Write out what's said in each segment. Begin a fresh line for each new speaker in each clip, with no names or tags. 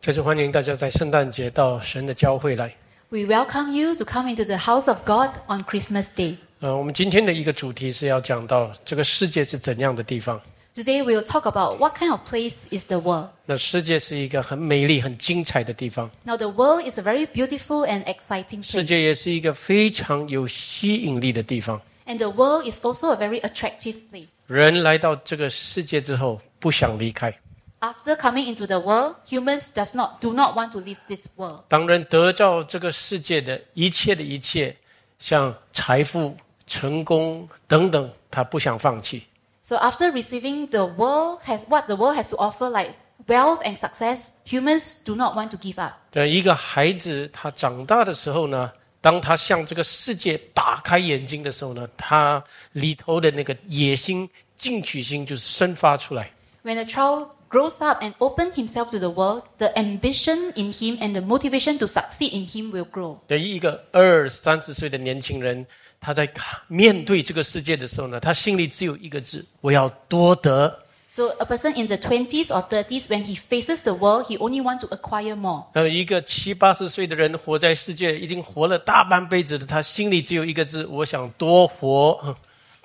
就是欢迎大家在圣诞节到神的教会来。
We welcome you to come into the house of God on Christmas Day.
呃，我们今天的一个主题是要讲到这个世界是怎样的地方。
Today we'll talk about what kind of place is the world.
那世界是一个很美丽、很精彩的地方，
Now the world is a very beautiful and exciting
世
place.
界也是一个非常有吸引力的地方。
And the world is also a very attractive place.
人来到这个世界之后，不想离开。
After coming into the world, humans does not do not want to leave this world.
当人得到这个世界的一切的一切，像财富、成功等等，他不想放弃。
So after receiving the world has what the world has to offer like wealth and success, humans do not want to give up.
的一个孩子，他长大的时候呢，当他向这个世界打开眼睛的时候呢，他里头的那个野心、进取心就是生发出来。
When a child grows up and opens himself to the world, the ambition in him and the motivation to succeed in him will grow.
的一个二三十岁的年轻人，他在看面对这个世界的时候呢，他心里只有一个字：我要多得。
So a person in the 20s or 30s when he faces the world, he only wants to acquire more.
呃，一个七八十岁的人活在世界，已经活了大半辈子的，他心里只有一个字：我想多活。嗯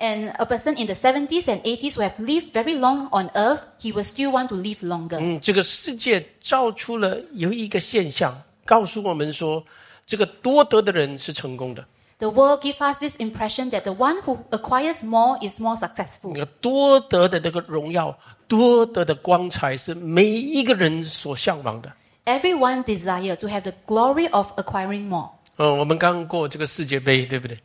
And a person in the 70s and 80s who have lived very long on earth, he will still want to live longer.
嗯，这个世界造出了有一个现象，告诉我们说，这个多得的人是成功的，
The world gives us this impression that the one who acquires more is more successful.
那个多得的那个荣耀、多得的光彩，是每一个人所向往的。
Everyone desire to have the glory of acquiring more.
嗯，我们刚过这个世界杯，对不对？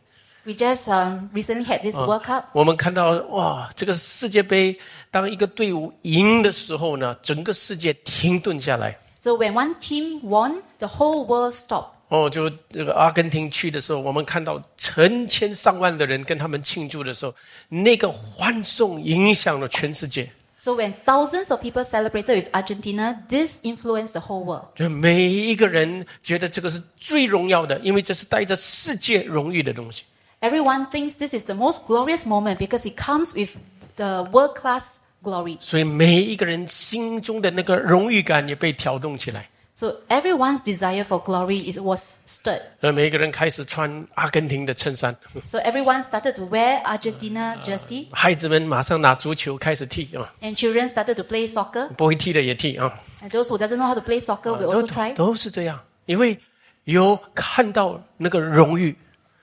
We just um, recently had this
Uh.
World Cup.
我们看到哇，这个世界杯，当一个队伍赢的时候呢，整个世界停顿下来。
So when one team won, the whole world stopped.
哦，就这个阿根廷去的时候，我们看到成千上万的人跟他们庆祝的时候，那个欢送影响了全世界。
So when thousands of people celebrated with Argentina, this influenced the whole world.
这每一个人觉得这个是最荣耀的，因为这是带着世界荣誉的东西。
Everyone thinks this is the most glorious moment because it comes with the world class glory.
所以每一个人心中的那个荣誉感也被挑动起来。
So everyone's desire for glory is, was stirred.
呃，每一个人开始穿阿根廷的衬衫，
So everyone started to wear Argentina jersey,
孩子们马上拿足球开始踢啊，
and children started to play soccer.
不会踢的也踢啊，
And those who doesn't know how to play soccer will
都
also try
都是这样，因为有看到那个荣誉，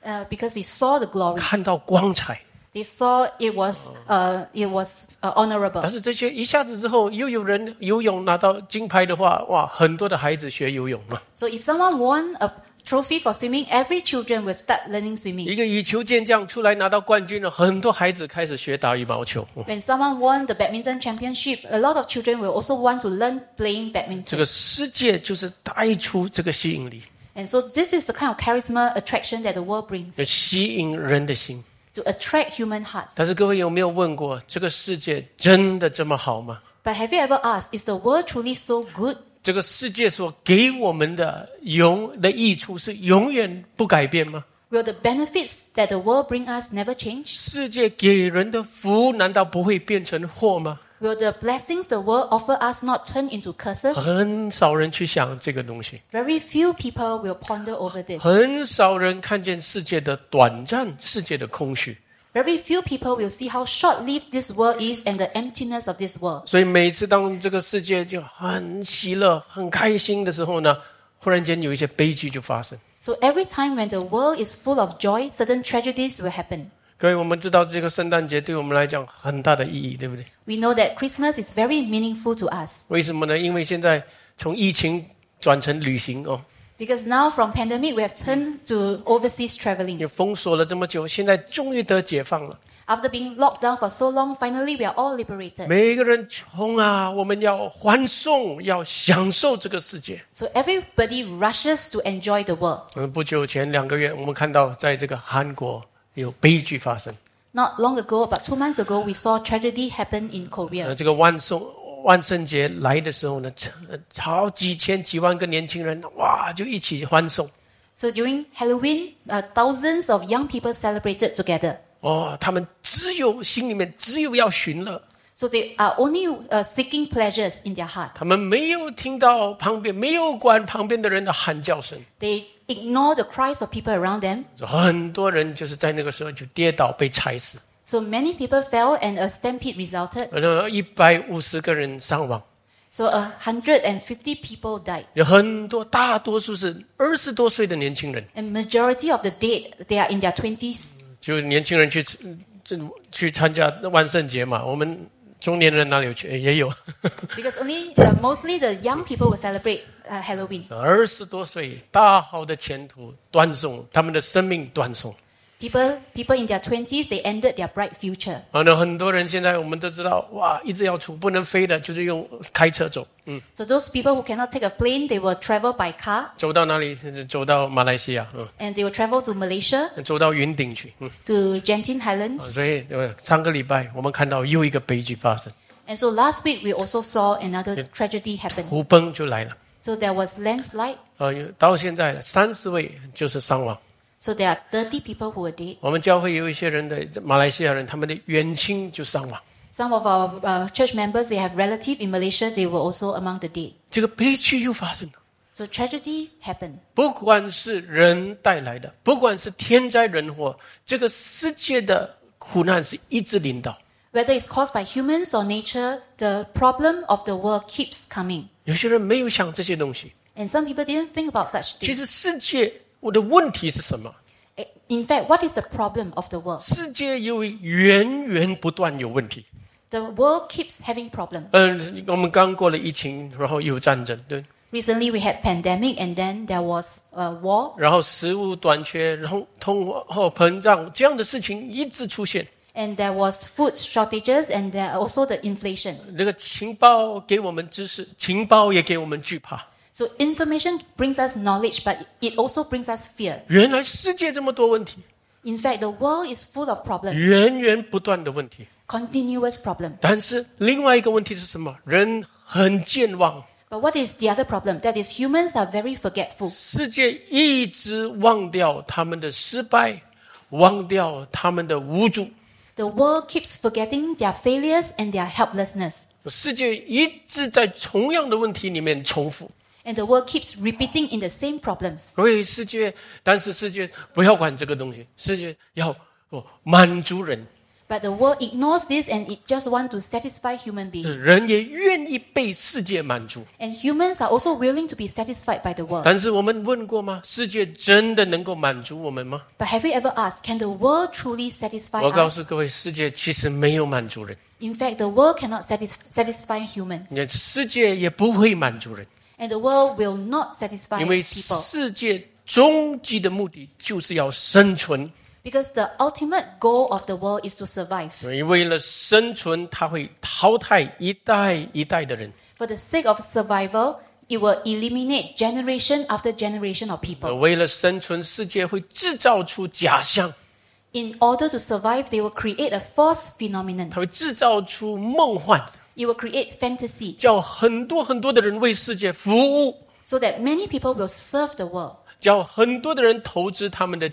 uh, because they saw the glory.
看到光彩。
They saw it was uh, it was uh,
但
honorable.
是这些一下子之后，又有人游泳拿到金牌的话，哇，很多的孩子学游泳嘛。
So if someone won a trophy for swimming, every children will start learning
一
swimming.
个羽球健将出来拿到冠军了，很多孩子开始学打羽毛球。嗯
When someone won the badminton championship, a lot of children will also want to learn playing
这
badminton.
个世界就是带出这个吸引力，
And so this is the kind of charisma attraction that the world brings
吸引人的心。
to attract human hearts.
但是各位有没有问过，这个世界真的这么好吗？
But have you ever asked, is the world truly so good?
这个世界所给我们的永的益处是永远不改变吗？
Will the benefits that the world bring us never change?
世界给人的福难道不会变成祸吗？
Will the blessings the world offer us not turn into curses?
很少人去想这个东西，
Very few people will ponder over this.
很少人看见世界的短暂、世界的空虚。
Very few people will see how short lived this world is and the emptiness of this world.
所以每次当这个世界就很喜乐、很开心的时候呢，忽然间有一些悲剧就发生。
So every time when the world is full of joy, certain tragedies will happen.
各位，我们知道这个圣诞节对我们来讲很大的意义，对不对？
We know that Christmas is very meaningful to us
为什么呢？因为现在从疫情转成旅行哦，
because now from pandemic we have turned to overseas
也
traveling.
封锁了这么久，现在终于得解放了。
After being locked down for so long, finally we are all liberated.
每一个人冲啊，我们要欢送，要享受这个世界。
So everybody rushes to enjoy the world.
嗯，不久前两个月，我们看到在这个韩国有悲剧发生。
Not long ago, about two months ago, we saw tragedy happen in
呃，
Korea.
这个万圣万圣节来的时候呢，成呃好几千几万个年轻人哇，就一起欢送。
So during Halloween, uh, thousands
哦
of young people celebrated together.
哦，他们只有心里面只有要寻乐，
So they are only uh, seeking pleasures in their heart.
他们没有听到旁边，没有管旁边的人的喊叫声。
They ignore the cries of people around them.
很多人就是在那个时候就跌倒被踩死，
So many people fell and a stampede resulted.
呃，一百五十个人伤亡，
So a hundred and fifty people died.
有很多大多数是二十多岁的年轻人，
And majority of the dead, they are in their twenties.
就年轻人去这去参加万圣节嘛，我们中年人哪里有去？哎也有，
Because only uh, mostly the young people will celebrate uh, Halloween.
二十多岁，大好的前途断送，他们的生命断送。
People, people in their twenties, they ended their bright future.
啊，那很多人现在我们都知道，哇，一直要出不能飞的，就是用开车走，
So those people who cannot take a plane, they will travel by car
走到哪里？走到马来西亚，嗯，
and they will travel to Malaysia
走到云顶去，嗯。
to Genting
啊
Highlands.
所以呃，上个礼拜我们看到又一个悲剧发生，
And so last week we also saw another tragedy happen.
土崩就来了。
So there was landslide.
呃，到现在三十位就是伤亡。
So there are 30 people who were dead.
我们教会有一些人的马来西亚人，他们的远亲就伤亡。
Some of our uh, church members, they have relatives in Malaysia. They were also among the dead.
这个悲剧又发生了。
So tragedy happened.
不管是人带来的，不管是天灾人祸，这个世界的苦难是一直领导。
Whether it's caused by humans or nature, the problem of the world keeps coming.
有些人没有想这些东西。
And some people didn't think about such
其
things. Eh,
实世界我的问题是什么？
In fact, what is the problem of the world?
世界由于源源不断有问题。
The world keeps having problems.
嗯，我们刚过了疫情，然后又有战争，对，
Recently, we had pandemic, and then there was a war,
然后食物短缺，然后通货膨胀这样的事情一直出现。
and there was food shortages, and there are also the inflation.
这个情报给我们知识，情报也给我们惧怕。
So information brings us knowledge, but it also brings us fear.
原来世界这么多问题，
In fact, the world is full of problems,
源源不断的问题。
continuous problems.
但是另外一个问题是什么？人很健忘，
But what is the other problem? That is, humans are very forgetful.
世界一直忘掉他们的失败，忘掉他们的无助，
The world keeps forgetting their failures and their helplessness,
世界一直在同样的问题里面重复。
and the world keeps repeating in the same problems.
所以世界，但是世界不要管这个东西，世界要哦满足人，
But the world ignores this, and it just wants to satisfy human
这
beings.
人也愿意被世界满足。
And humans are also willing to be satisfied by the world.
但是我们问过吗？世界真的能够满足我们吗？
But have you ever asked, can the world truly satisfy
我告诉
us?
各位，世界其实没有满足人，
In fact, the world cannot satis- satisfy humans,
也世界也不会满足人，
and the world will not satisfy
因为
people
世界终极的目的就是要生存。
because the ultimate goal of the world is to survive.
所以为了生存，它会淘汰一代一代的人。
For the sake of survival, it will eliminate generation after generation of
呃
people.
为了生存，世界会制造出假象。
In order to survive, they will create a false phenomenon.
它会制造出梦幻，
It will create fantasy
叫很多很多的人为世界服务，
so that many people will serve the world,
叫很多的人投资他们的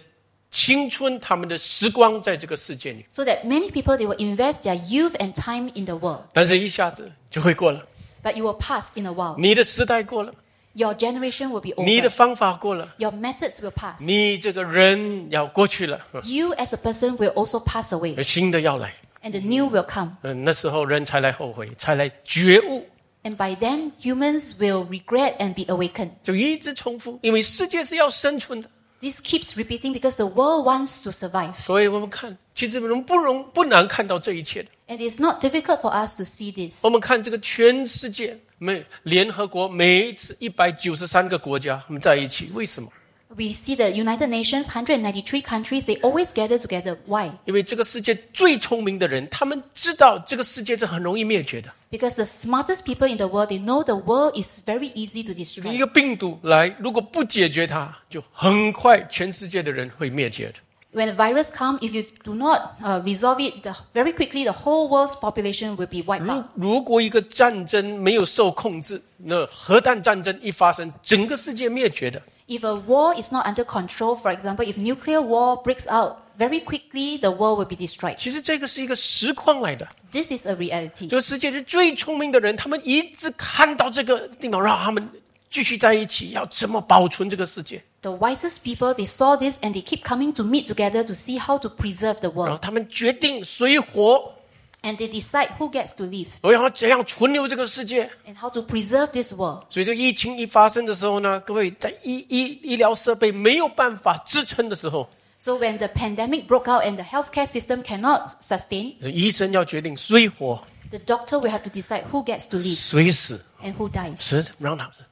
青春、他们的时光在这个世界里。
so that many people they will invest their youth and time in the world.
但是，一下子就会过了。
But it will pass in a while.
你的时代过了，
Your generation will be
你的
over.
方法过了，
Your methods will pass.
你这个人要过去了，嗯
You as a person will also pass away,
新的要来。
and the new will come.
嗯，那时候人才来后悔，才来觉悟，
And by then, humans will regret and be awakened.
就一直重复，因为世界是要生存的。
This keeps repeating because the world wants to survive.
所以我们看，其实我们不容不难看到这一切的。
And it's not difficult for us to see this.
我们看这个全世界，每联合国每一次一百九十三个国家他们在一起，为什么？
We see the United Nations, 193 countries, they always gather together. Why?
因为这个世界最聪明的人，他们知道这个世界是很容易灭绝的。
Because the smartest people in the world, they know the world is very easy to
一
destroy.
个病毒来，如果不解决它，就很快全世界的人会灭绝的。
When a virus comes, if you do not uh, resolve it, the, very quickly the whole world's population will be wiped
如
out.
如果一个战争没有受控制，那核弹战争一发生，整个世界灭绝的。
If a war is not under control, for example, if nuclear war breaks out, very quickly the world will be destroyed.
其实这个是一个实况来的，
This is a reality.
这个世界是最聪明的人，他们一直看到这个地方，让他们继续在一起，要怎么保存这个世界？
The wisest people they saw this and they keep coming to meet together to see how to preserve the
然后
world.
他们决定谁活，
And they decide who gets to live
我要怎样存留这个世界。
and how to preserve this world.
所以这个疫情一发生的时候呢，各位在医医医疗设备没有办法支撑的时候，
So when the pandemic broke out and the healthcare system cannot sustain,
医生要决定谁活
the doctor will have to decide who gets to live
谁死，
and who dies.
死让他死。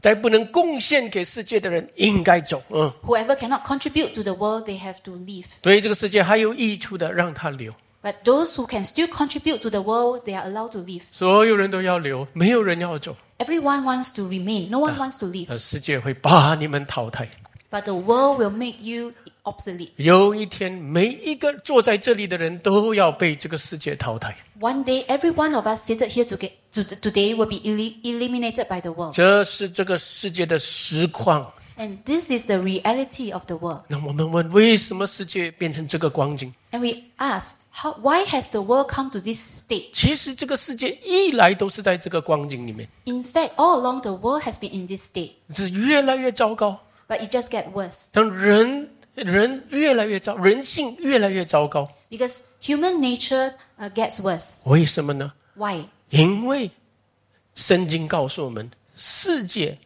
在不能贡献给世界的人应该走，嗯，
Whoever cannot contribute to the world, they have to leave.
对于这个世界还有益处的让他留，
But those who can still contribute to the world, they are allowed to live.
所有人都要留，没有人要走，
Everyone wants to remain. No one wants to leave.
呃，世界会把你们淘汰。
But the world will make you obsolete.
有一天，每一个坐在这里的人都要被这个世界淘汰，
One day, every one of us seated here to get, to, today will be eli- eliminated by the world.
这是这个世界的实况。
And this is the reality of the world.
那我们问，为什么世界变成这个光景？
And we ask, how, why has the world come to this state?
其实这个世界一来都是在这个光景里面，
In fact, all along the world has been in this state,
是越来越糟糕。
but it just gets worse
当人人越来越糟，人性越来越糟糕，
because human nature uh, gets worse.
为什么呢？
Why?
因为圣经告诉我们，世界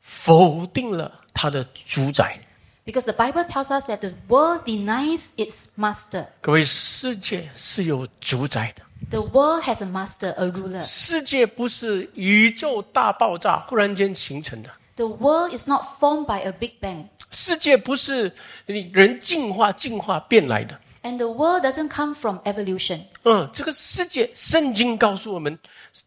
否定了他的主宰。
Because the Bible tells us that the world denies its master.
各位，世界是有主宰的，
The world has a master, a ruler.
世界不是宇宙大爆炸忽然间形成的，
The world is not formed by a big bang,
世界不是人进化进化变来的。
and the world doesn't come from evolution.
嗯，这个世界，圣经告诉我们，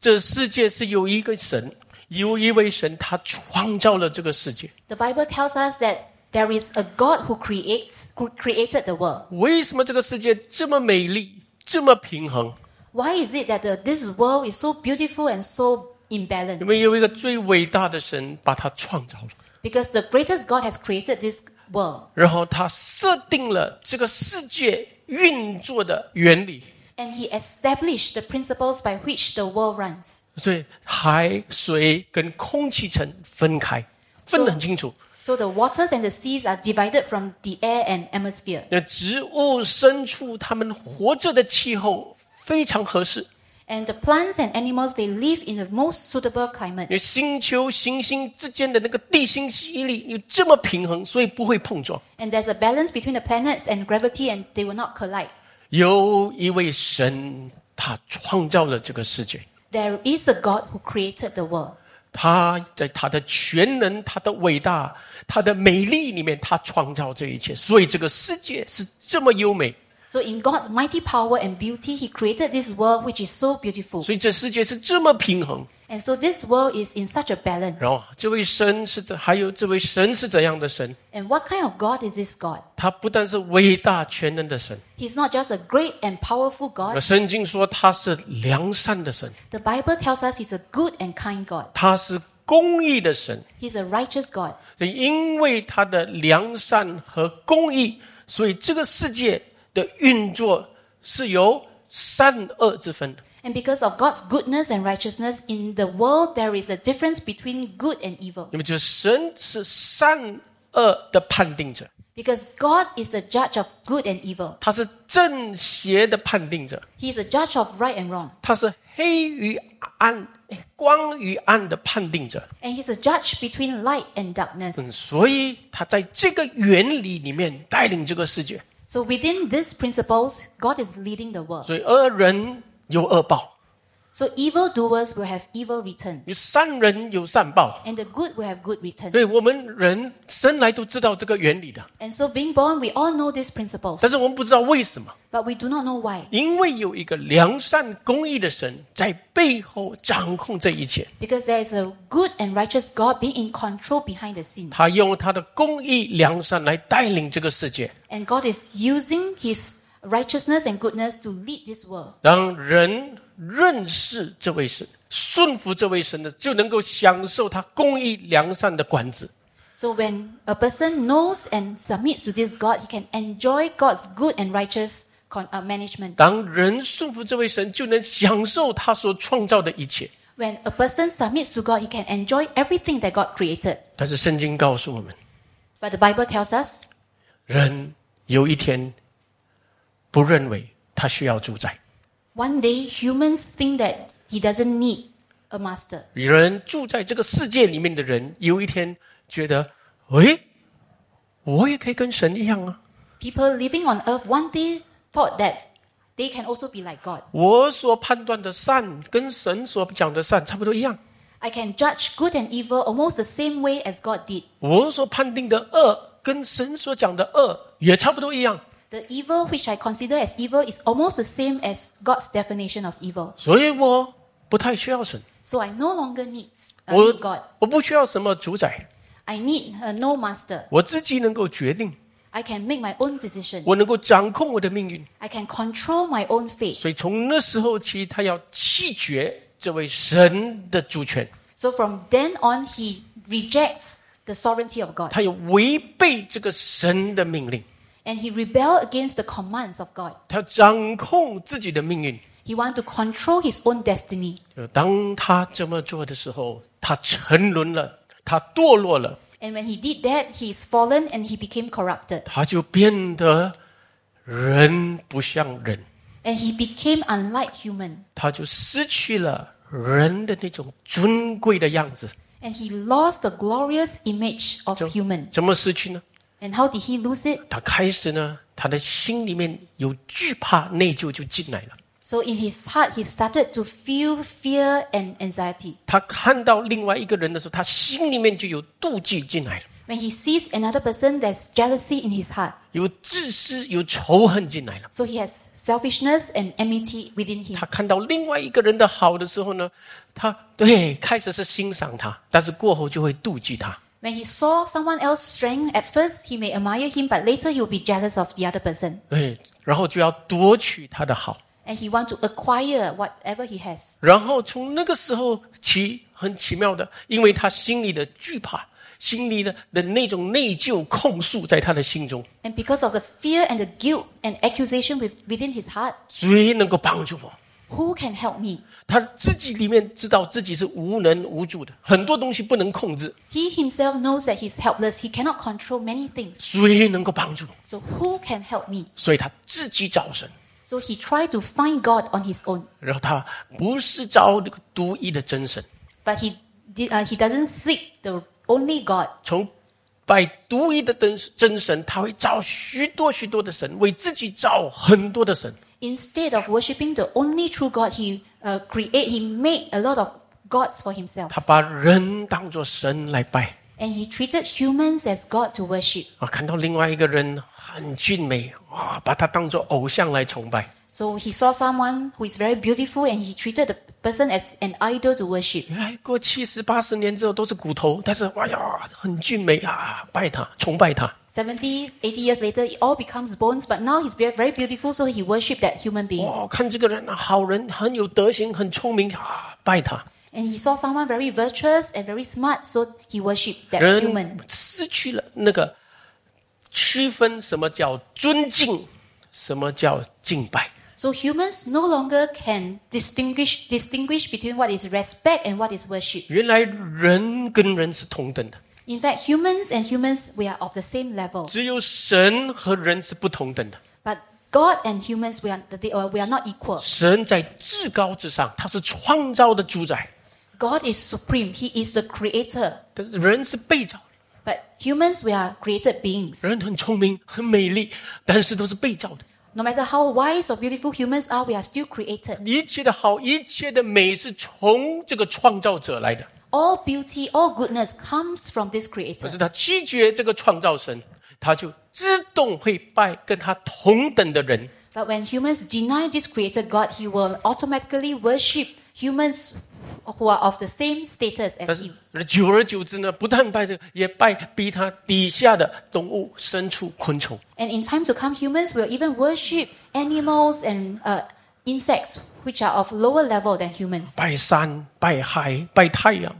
这世界是有一个神，有一位神，他创造了这个世界。
The Bible tells us that there is a God who creates who created the world.
为什么这个世界这么美丽，这么平衡？
Why is it that the, this world is so beautiful and so
因
imbalanced?
为有一个最伟大的神把它创造了，
Because the greatest God has created this world,
然后他设定了这个世界运作的原理，
and He established the principles by which the world runs.
所以海水跟空气层分开，分得很清楚。
So the waters and the seas are divided from the air and atmosphere,
那植物、牲畜它们活着的气候非常合适。
and the plants and animals they live in the most suitable climate.
因为星球、行星之间的那个地心吸力有这么平衡，所以不会碰撞。
And there's a balance between the planets and gravity, and they will not collide.
有一位神，他创造了这个世界，
There is a God who created the world.
他在他的全能、他的伟大、他的美丽里面，他创造这一切，所以这个世界是这么优美，
So, in God's mighty power and beauty, He created this world which is so beautiful.
所以这世界是这么平衡。
And so, this world is in such a balance.
然后，这位神是怎？还有这位神是怎样的神？
And what kind of God is this God?
他不但是伟大全能的神，
He's not just a great and powerful God.
圣经说他是良善的神，
The Bible tells us He's a good and kind God.
他是公义的神。
He's a righteous God.
所以因为他的良善和公义，所以这个世界的运作是由善恶之分的。
And because of God's goodness and righteousness, in the world there is a difference between good and evil.
那么，就是神是善恶的判定者，
Because God is the judge of good and evil,
他是正邪的判定者，
He is a judge of right and wrong.
他是黑与暗、哎光与暗的判定者。
And he's a judge between light and darkness.
嗯，所以他在这个原理里面带领这个世界。
So within these principles, God is leading the world.
所以恶人有恶报，
So evildoers will have evil returns,
有善人有善报。
and the good will have good returns.
对我们人生来都知道这个原理的，
And so being born, we all know these principles,
但是我们不知道为什么，
but we do not know why.
因为有一个良善公义的神在背后掌控这一切，
Because there is a good and righteous God being in control behind the scenes.
他用他的公义良善来带领这个世界。
And God is using his righteousness and goodness to lead this world.
当人认识这位神，顺服这位神的，就能够享受他公义良善的管制。
So when a person knows and submits to this God, he can enjoy God's good and righteous con- uh, management.
当人顺服这位神，就能享受他所创造的一切。
When a person submits to God, he can enjoy everything that God created.
但是圣经告诉我们，
But the Bible tells us
人有一天不认为他需要主宰，
one day humans think that he doesn't need a master.
人住在这个世界里面的人，有一天觉得，诶，我也可以跟神一样啊，
People living on earth one day thought that they can also be like God.
我所判断的善跟神所讲的善差不多一样，
I can judge good and evil almost the same way as God did.
我所判定的恶跟神所讲的恶也差不多一样，
The evil which I consider as evil is almost the same as God's definition of evil.
所以我不太需要神，
So I no longer need, uh,
我
need God.
我不需要什么主宰，
I need uh, no master.
我自己能够决定，
I can make my own decision.
我能够掌控我的命运。
I can control my own fate.
所以从那时候起，他要弃绝这位神的主权，
So from then on, he rejects the sovereignty of God
他要违背这个神的命令，
and he rebel against the commands of God.
他要掌控自己的命运。
He wants to control his own destiny.
就当他这么做的时候，他沉沦了，他堕落了，
And when he did that, he is fallen and he became corrupted.
他就变得人不像人，
And he became unlike human.
他就失去了人的那种尊贵的样子。
And he lost the glorious image of human.
怎么失去呢？
And how did he lose it?
他开始呢，他的心里面有惧怕、内疚就进来了。
So in his heart, he started to feel fear and anxiety.
他看到另外一个人的时候，他心里面就有妒忌进来了，
When he sees another person, there's jealousy in his heart.
有自私、有仇恨进来了。
So he has selfishness and enmity within him.
他看到另外一个人的好的时候呢，他对开始是欣赏他，但是过后就会妒忌他。
When he saw someone else's strength, at first he may admire him, but later he will be jealous of the other person.
对，然后就要夺取他的好，
And he want to acquire whatever he has.
然后从那个时候起，很奇妙的，因为他心里的惧怕，心里的的那种内疚、控诉在他的心中，
And because of the fear and the guilt and accusation with, within his heart,
谁能够帮助我？
who can help me?
他自己里面知道自己是无能无助的，很多东西不能控制，
He himself knows that he's helpless. He cannot control many things.
谁能够帮助我？
So who can help me?
所以他自己找神，
So he tried to find God on his own,
然后他不是找那个独一的真神，
but he did, uh, he doesn't seek the only God.
从拜独一的真真神，他会找许多许多的神，为自己找很多的神。
Instead of worshiping the only true God, he uh, create he made a lot of gods for himself.
他把人当作神来拜
and he treated humans as God to worship.
啊，看到另外一个人很俊美啊，把他当作偶像来崇拜。
So he saw someone who is very beautiful and he treated the person as an idol to worship.
原来过七十八十年之后都是骨头，但是哎呀，很俊美啊，拜他，崇拜他。
70, 80 years later, it all becomes bones, but now he's very, very beautiful, so he worshiped that human being.
哦，看这个人啊，好人，很有德行，很聪明啊，拜他。
And he saw someone very virtuous and very smart, so he worshipped that
人
human.
失去了那个区分，什么叫尊敬，什么叫敬拜。
So humans no longer can distinguish, distinguish between what is respect and what is worship.
原来人跟人是同等的，
In fact, humans and humans, we are of the same level.
只有神和人是不同等的。
But God and humans, we are, they are- we are not equal.
神在至高之上，他是创造的主宰，
God is supreme. He is the creator.
但是人是被造的。
But humans, we are created beings.
人很聪明，很美丽，但是都是被造的。
No matter how wise or beautiful humans are, we are still created.
一切的好，一切的美是从这个创造者来的。
All beauty, all goodness comes from this
可是
creator.
他拒绝这个创造神，他就自动会拜跟他同等的人。
But when humans deny this creator God, he will automatically worship humans who are of the same status
但
as
是
him.
久而久之呢，不但拜这个，也拜比他底下的动物、牲畜、昆虫。
And in time to come, humans will even worship animals and uh, insects, which are of lower level than humans.
拜山、拜海、拜太阳，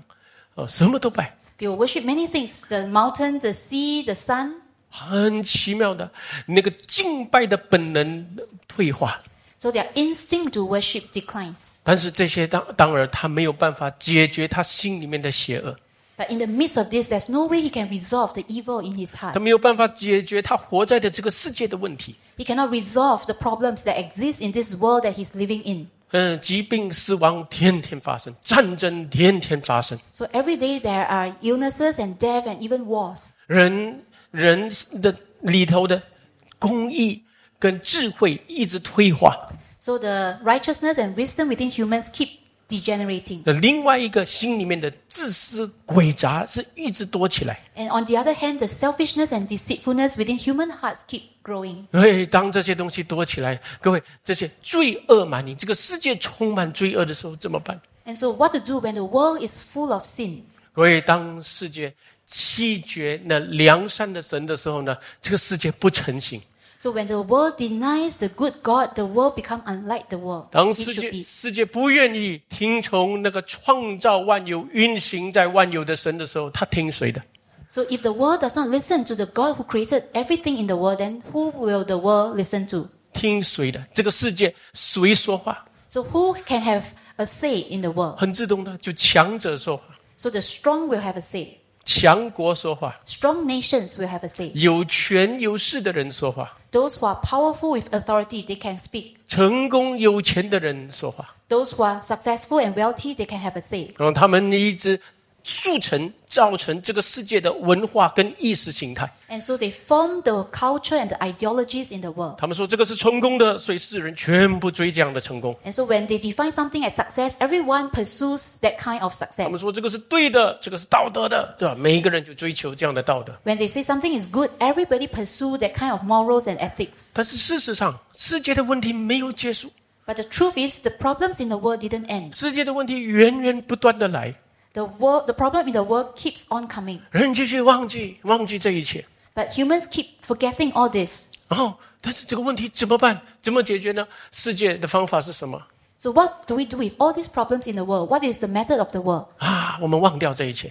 啊、什么都拜。
They will worship many things the mountain, the sea, the sun.
很奇妙的，那个敬拜的本能退化了。
So their instinct to worship declines.
但是这些当当然，他没有办法解决他心里面的邪恶，
But in the midst of this, there's no way he can resolve the evil in his
他
heart.
没有办法解决他活在的这个世界的问题。
He cannot resolve the problems that exist in this world that he's living in.
嗯，疾病、死亡天天发生，战争天天发生，
So every day there are illnesses and death and even wars.
人人的里头的公义跟智慧一直退化。
So the righteousness and wisdom within humans keep degenerating.
那另外一个心里面的自私鬼杂是一直多起来。
And on the other hand, the selfishness and deceitfulness within human hearts keep growing.
所以，当这些东西多起来，各位，这些罪恶满盈，这个世界充满罪恶的时候，怎么办？
And so what to do when the world is full of sin?
各位，当世界弃绝那良善的神的时候呢，这个世界不成形。
So when the world denies the good God, the world become unlike the world.
当
it
世
should
界
be.
世界不愿意听从那个创造万有、运行在万有的神的时候，他听谁的？
So if the world does not listen to the God who created everything in the world, then who will the world listen to?
听谁的？这个世界谁说话？
So who can have a say in the world?
很自动的，就强者说话，
So the strong will have a say.
强国说话，
Strong nations will have a say.
有权有势的人说话，
Those who are powerful with authority, they can speak.
成功有钱的人说话，
Those who are successful and wealthy, they can have a say.
然后他们一直促成、造成这个世界的文化跟意识形态。
And so they form the culture and the ideologies in the world.
他们说这个是成功的，所以世人全部追这样的成功。
And so when they define something as success, everyone pursues that kind of
他们
success.
说这个是对的，这个是道德的，对吧？每一个人就追求这样的道德。
When they say something is good, everybody pursue that kind of morals and ethics.
但是事实上，世界的问题没有结束，
But the truth is, the problems in the world didn't end.
世界的问题源源不断的来，
The world, the problem in the world keeps on coming.
人继续忘记忘记这一切。
But humans keep forgetting all this.
然后，但是这个问题怎么办？怎么解决呢？世界的方法是什么
So what do we do with all these problems in the world? What is the method of the world?
啊？我们忘掉这一切，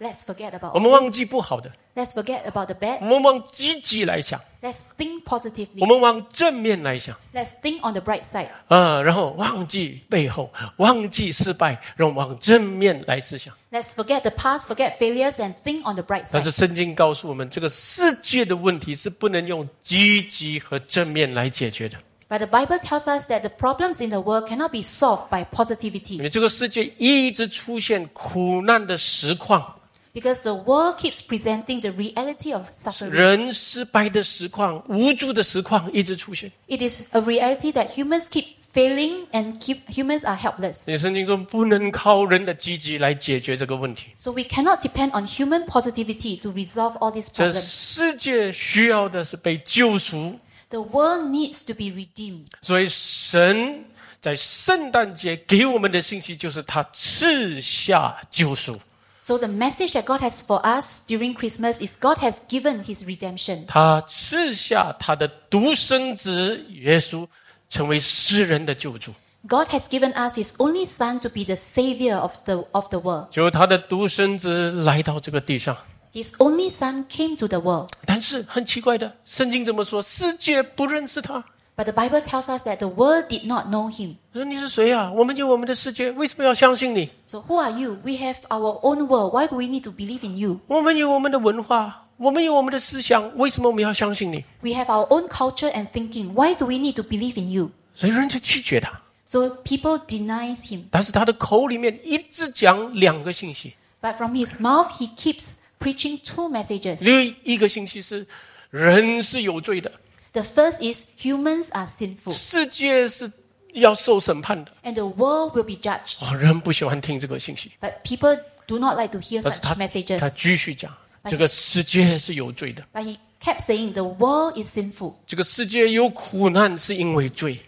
Let's forget about.
我们
all
忘
this.
记不好的，
Let's forget about the
我
bad.
们往积极来想，
Let's think
我
positively.
们往正面来想
Let's think on the bright side.
啊，然后忘记背后，忘记失败，让我们往正面来思想。
Let's forget the past, forget failures, and think on the bright
但
side.
是圣经告诉我们，这个世界的问题是不能用积极和正面来解决的，
But the Bible tells us that the problems in the world cannot be solved by
因
positivity
为这个世界一直出现苦难的实况，
because the world keeps presenting the reality of suffering.
人失败的实况、无助的实况一直出现。
It is a reality that humans keep failing and keep, humans are helpless.
你圣经中不能靠人的积极来解决这个问题，
So we cannot depend on human positivity to resolve all these
这
problems.
世界需要的是被救赎，
The world needs to be redeemed.
所以神在圣诞节给我们的信息就是他赐下救赎，
So the message that God has for us during Christmas is God has given his redemption.
他赐下他的独生子耶稣成为世人的救主，
God has given us his only son to be the savior of the of the world.
就他的独生子来到这个地上。
His only son came to the world.
但是很奇怪的，圣经怎么说？世界不认识他。
But the Bible tells us that the world did not know him.
说你是谁啊？我们有我们的世界，为什么要相信你？
So who are you? We have our own world. Why do we need to believe in you?
我们有我们的文化，我们有我们的思想，为什么我们要相信你？
We have our own culture and thinking. Why do we need to believe in you?
所以人就拒绝他。
So people denies him.
但是他的口里面一直讲两个信息，
But from his mouth he keeps preaching two messages.
另一个信息是人是有罪的，
The first is humans are sinful
世界是要受审判的。
and the world will be judged.
啊、人不喜欢听这个信息，
But people do not like to hear
但是他
such messages.
他继续讲，这个世界是有罪的，
But he kept saying the world is sinful.
这个世界有苦难是因为罪。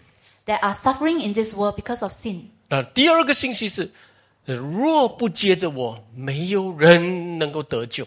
There are suffering in this world because of sin.
那第二个信息是，若不接着我，没有人能够得救。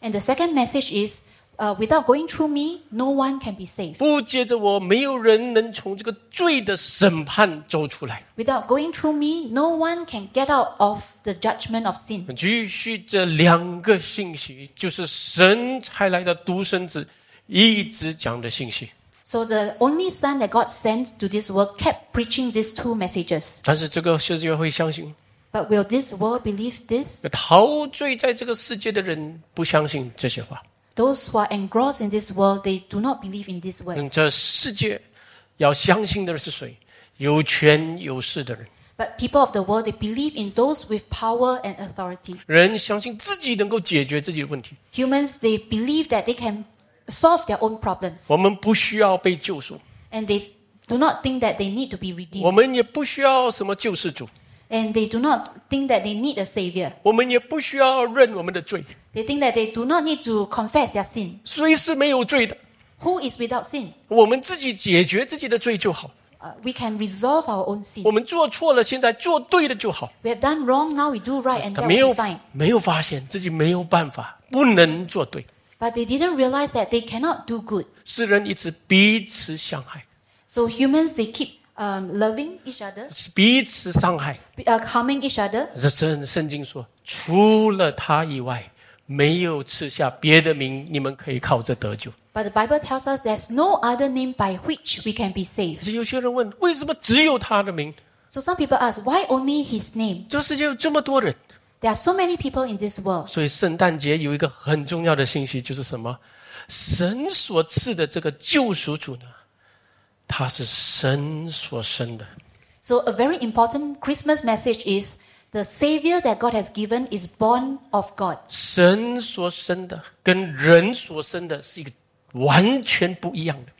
And the second message is Uh, without going through me, no one can be saved.
不接着我，没有人能从这个罪的审判走出来。
Without going through me, no one can get out of the judgment of sin.
继续这两个信息，就是神才来的独生子一直讲的信息。
So the only son that God sent to this world kept preaching these two messages.
但是这个世界会相信，
But will this world believe this?
陶醉在这个世界的人不相信这些话。
Those who are engrossed in this world, they do not believe in these
嗯，
words.
这世界要相信的是谁？有权有势的人。
But people of the world, they believe in those with power and authority.
人相信自己能够解决自己的问题，
Humans, they believe that they can solve their own problems.
我们不需要被救赎，
And they do not think that they need to be
我
redeemed.
们也不需要什么救世主，
And they do not think that they need a savior.
我们也不需要认我们的罪。
They think that they do not need to confess their sin.
谁是没有罪的？
Who is without sin?
我们自己解决自己的罪就好。
Uh, we can resolve our own sin.
我们做错了，现在做对了就好。
We have done wrong, now we do right, and
他
that
没
will be
有
fine.
没有发现自己没有办法，不能做对，
But they didn't realize that they cannot do good.
世人一直彼此相害，
So humans, they keep um, loving each other,
彼此伤害。
uh, harming each other.
这圣圣经说，除了他以外，没有赐下别的名，你们可以靠着得救。
But the Bible tells us there's no other name by which we can be saved.
可是有些人问，为什么只有他的名？
So some people ask, why only his name?
这世界有这么多人，
There are so many people in this world.
所以圣诞节有一个很重要的信息，就是什么？神所赐的这个救赎主呢，他是神所生的。
So a very important Christmas message is the Savior that God has given is born of God.
神所生的跟人所生的是一个完全不一样的。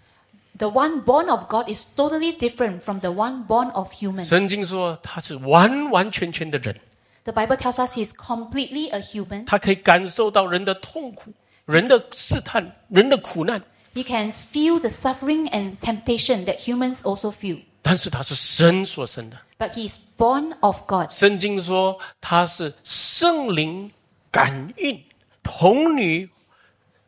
The one born of God is totally different from the one born of human.
圣经说他是完完全全的人，
The Bible tells us he's completely a human.
他可以感受到人的痛苦、人的试探、人的苦难，
He can feel the suffering and temptation that humans also feel.
但是他是神所生的。
But he is born of God.
圣经说他是圣灵感孕，童女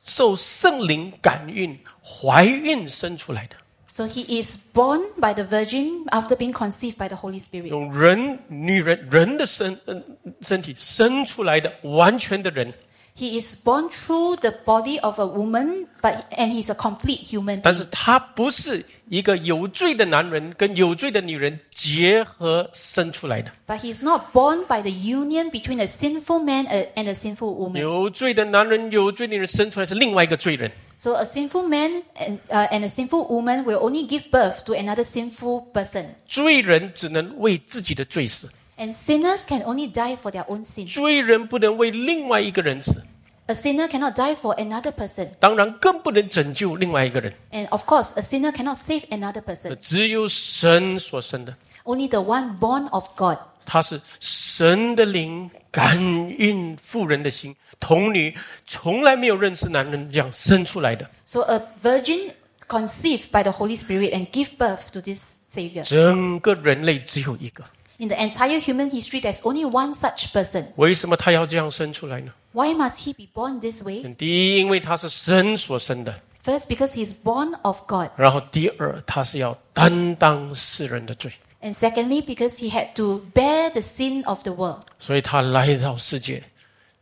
受圣灵感孕怀孕生出来的，
So he is born by the Virgin after being conceived by the Holy Spirit.
用人女人人的身嗯身体生出来的完全的人。
He is born through the body of a woman, but and he's a complete human.
但
being.
是他不是一个有罪的男人跟有罪的女人结合生出来的。
But he is not born by the union between a sinful man uh, and a sinful woman.
有罪的男人、有罪的女人生出来是另外一个罪人，
So a sinful man and, uh, and a sinful woman will only give birth to another sinful person.
罪人只能为自己的罪死，
And sinners can only die for their own sin.
罪人不能为另外一个人死，
A sinner cannot die for another person.
当然更不能拯救另外一个人。
And of course, a sinner cannot save another person.
只有神所生的，
Only the one born of God.
他是神的灵感应妇人的心，童女从来没有认识男人这样生出来的，
So a virgin conceived by the Holy Spirit and give birth to this Savior.
整个人类只有一个。
In the entire human history, there's only one such person.
为什么他要这样生出来呢？
Why must he be born this way?
第一，因为他是神所生的；
First, because he's born of God.
然后第二，他是要担当世人的罪，
And secondly, because he had to bear the sin of the world.
所以他来到世界。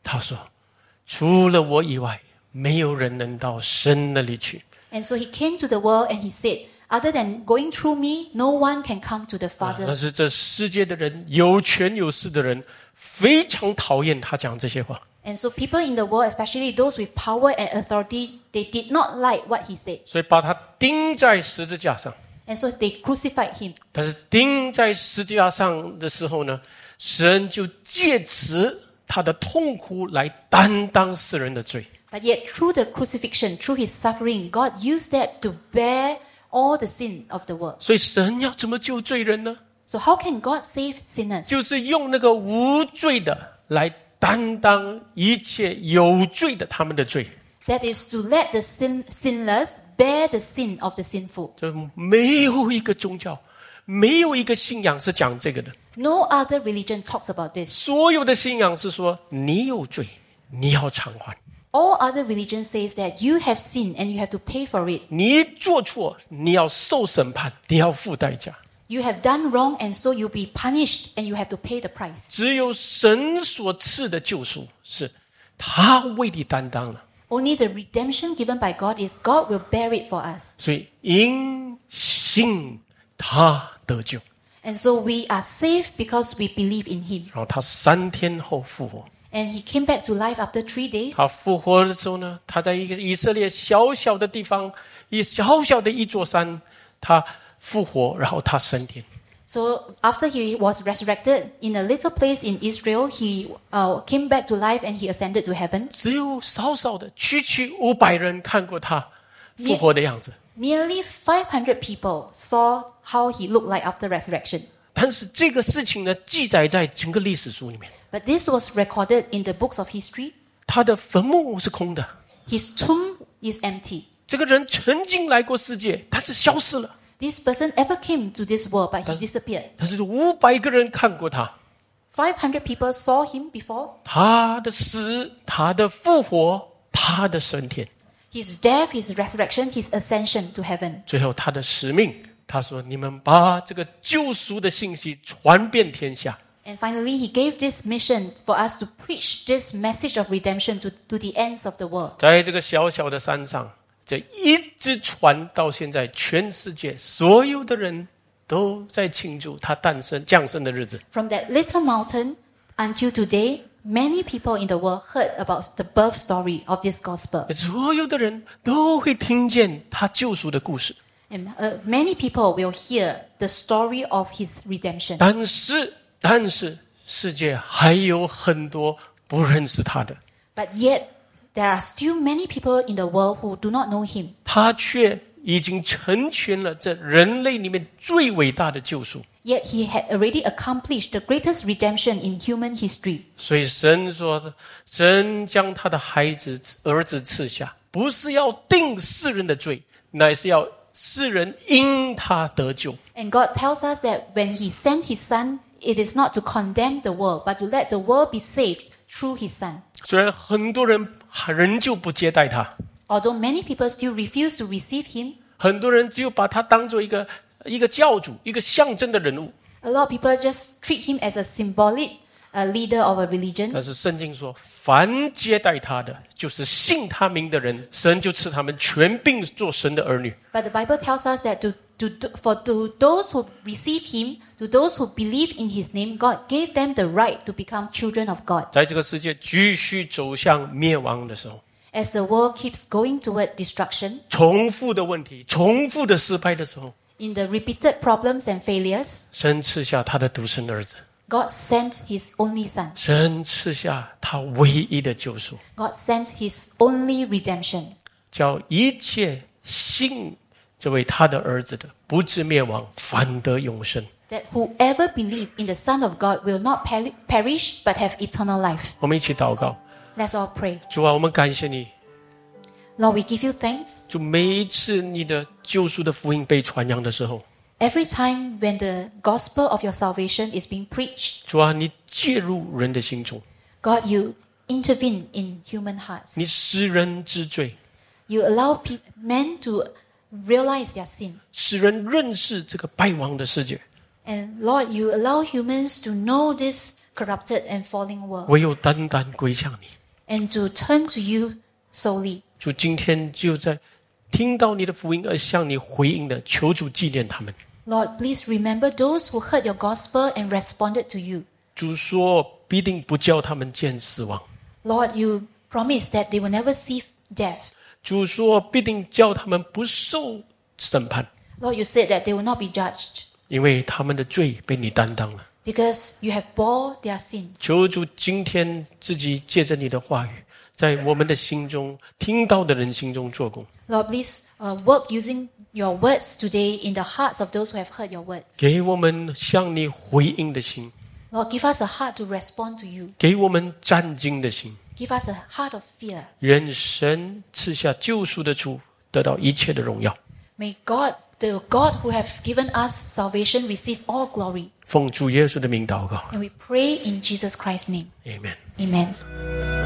他说：“除了我以外，没有人能到神那里去。
And so he came to the world and he said, Other than going through me, no one can come to the
啊”那
Father.
是这世界的人，有权有势的人，非常讨厌他讲这些话，
And so people in the world, especially those with power and authority, they did not like what he said.
所以把他钉在十字架上。
And so they crucified him.
但是钉在十字架上的时候呢，神就借此他的痛苦来担当世人的罪。
But yet, through the crucifixion, through his suffering, God used that to bear all the sin of the world.
所以神要怎么救罪人呢？
So, how can God save sinners?
就是用那个无罪的来担当一切有罪的他们的罪。
That is to let the sin, sinless bear the sin of the sinful.
这没有一个宗教，没有一个信仰是讲这个的。
No other religion talks about this.
所有的信仰是说你有罪，你要偿还。
All other religion says that you have sinned and you have to pay for it.
你一做错，你要受审判，你要付代价。
You have done wrong and so you'll be punished and you have to pay the price.
只有神所赐的救赎，是他为你担当了。
Only the redemption given by God is God will bear it for us.
所以因信他得救，
And so we are saved because we believe in him.
然后他三天后复活。
And he came back to life after three days.
他复活的时候呢，他在一个以色列小小的地方，一小小的一座山，他复活，然后他升天。
So after he was resurrected in a little place in Israel, he uh, came back to life and he ascended to heaven.
只有少少的区区五百人看过他复活的样子，
Nearly 500 people saw how he looked like after resurrection.
但是这个事情呢，记载在整个历史书里面。
But this was recorded in the books of history.
他的坟墓是空的，
His tomb is empty.
这个人曾经来过世界，但是消失了。
This person ever came to this world, but he disappeared.
但是五百个人看过他，
500 people saw him before.
他的死，他的复活，他的升天，
His death, his resurrection, his ascension to heaven.
最后他的使命。他说：“你们把这个救赎的信息传遍天下，
And finally, he gave this mission for us to preach this message of redemption to, to the ends of the world.
在这个小小的山上，这一直传到现在，全世界所有的人都在庆祝他诞生降生的日子。
From that little mountain until today, many people in the world heard about the birth story of this gospel.
所有的人都会听见他救赎的故事，
And uh, many people will hear the story of his redemption.
但是，但是世界还有很多不认识他的，
But yet, there are still many people in the world who do not know him.
他却已经成全了这人类里面最伟大的救赎。
Yet he had already accomplished the greatest redemption in human history.
所以神说，神将他的孩子儿子赐下，不是要定世人的罪，乃是要世人因他得救。
And God tells us that when he sent his son, it is not to condemn the world, but to let the world be saved through his son.
虽然很多人仍旧不接待他，
Although many people still refuse to receive him,
很多人只有把他当做一个一个教主、一个象征的人物。
a lot of people just treat him as a symbolic uh, leader of a religion.
但是圣经说，凡接待他的，就是信他名的人，神就赐他们权柄做神的儿女。
But the Bible tells us that to, to, to- for to those who receive him, to those who believe in his name, God gave them the right to become children of God.
在这个世界继续走向灭亡的时候，
As the world keeps going toward destruction,
重复的问题、重复的失败的时候，
in the repeated problems and failures,
神赐下他的独生儿子，
God sent his only son.
神赐下他唯一的救赎，
God sent his only redemption
叫一切信这位他的儿子的，不至灭亡，反得永生。
that whoever believes in the Son of God will not peri- perish but have eternal life.
我们一起祷告，
Let's all pray.
主啊，我们感谢你，
Lord, we give you thanks.
主每一次你的救赎的福音被传扬的时候，
Every time when the gospel of your salvation is being preached,
主啊，你介入人的心中，
God, you intervene in human hearts.
你使人知罪，
You allow pe- men to realize their sin.
使人认识这个败亡的世界。
And Lord, you allow humans to know this corrupted and falling world
唯有单单归向你。
and to turn to you solely.
主今天就在听到你的福音而向你回应的，求主纪念他们。
Lord, please remember those who heard your gospel and responded to you.
主说必定不叫他们见死亡，
Lord, you promise that they will never see death.
主说必定叫他们不受审判，
Lord, you said that they will not be judged
因为他们的罪被你担当了。
because you have bore their sins.
求主今天自己借着你的话语，在我们的心中听到的人心中做工，
Lord, please uh, work using your words today in the hearts of those who have heard your words.
给我们向你回应的心，
Lord, give us a heart to respond to you.
给我们战兢的心。
Give us a heart of fear.
愿神赐下救赎的主得到一切的荣耀。
May God, the God who has given us salvation, receive all glory.
奉主耶稣的名祷告
And we pray in Jesus Christ's name.
，Amen。
Amen.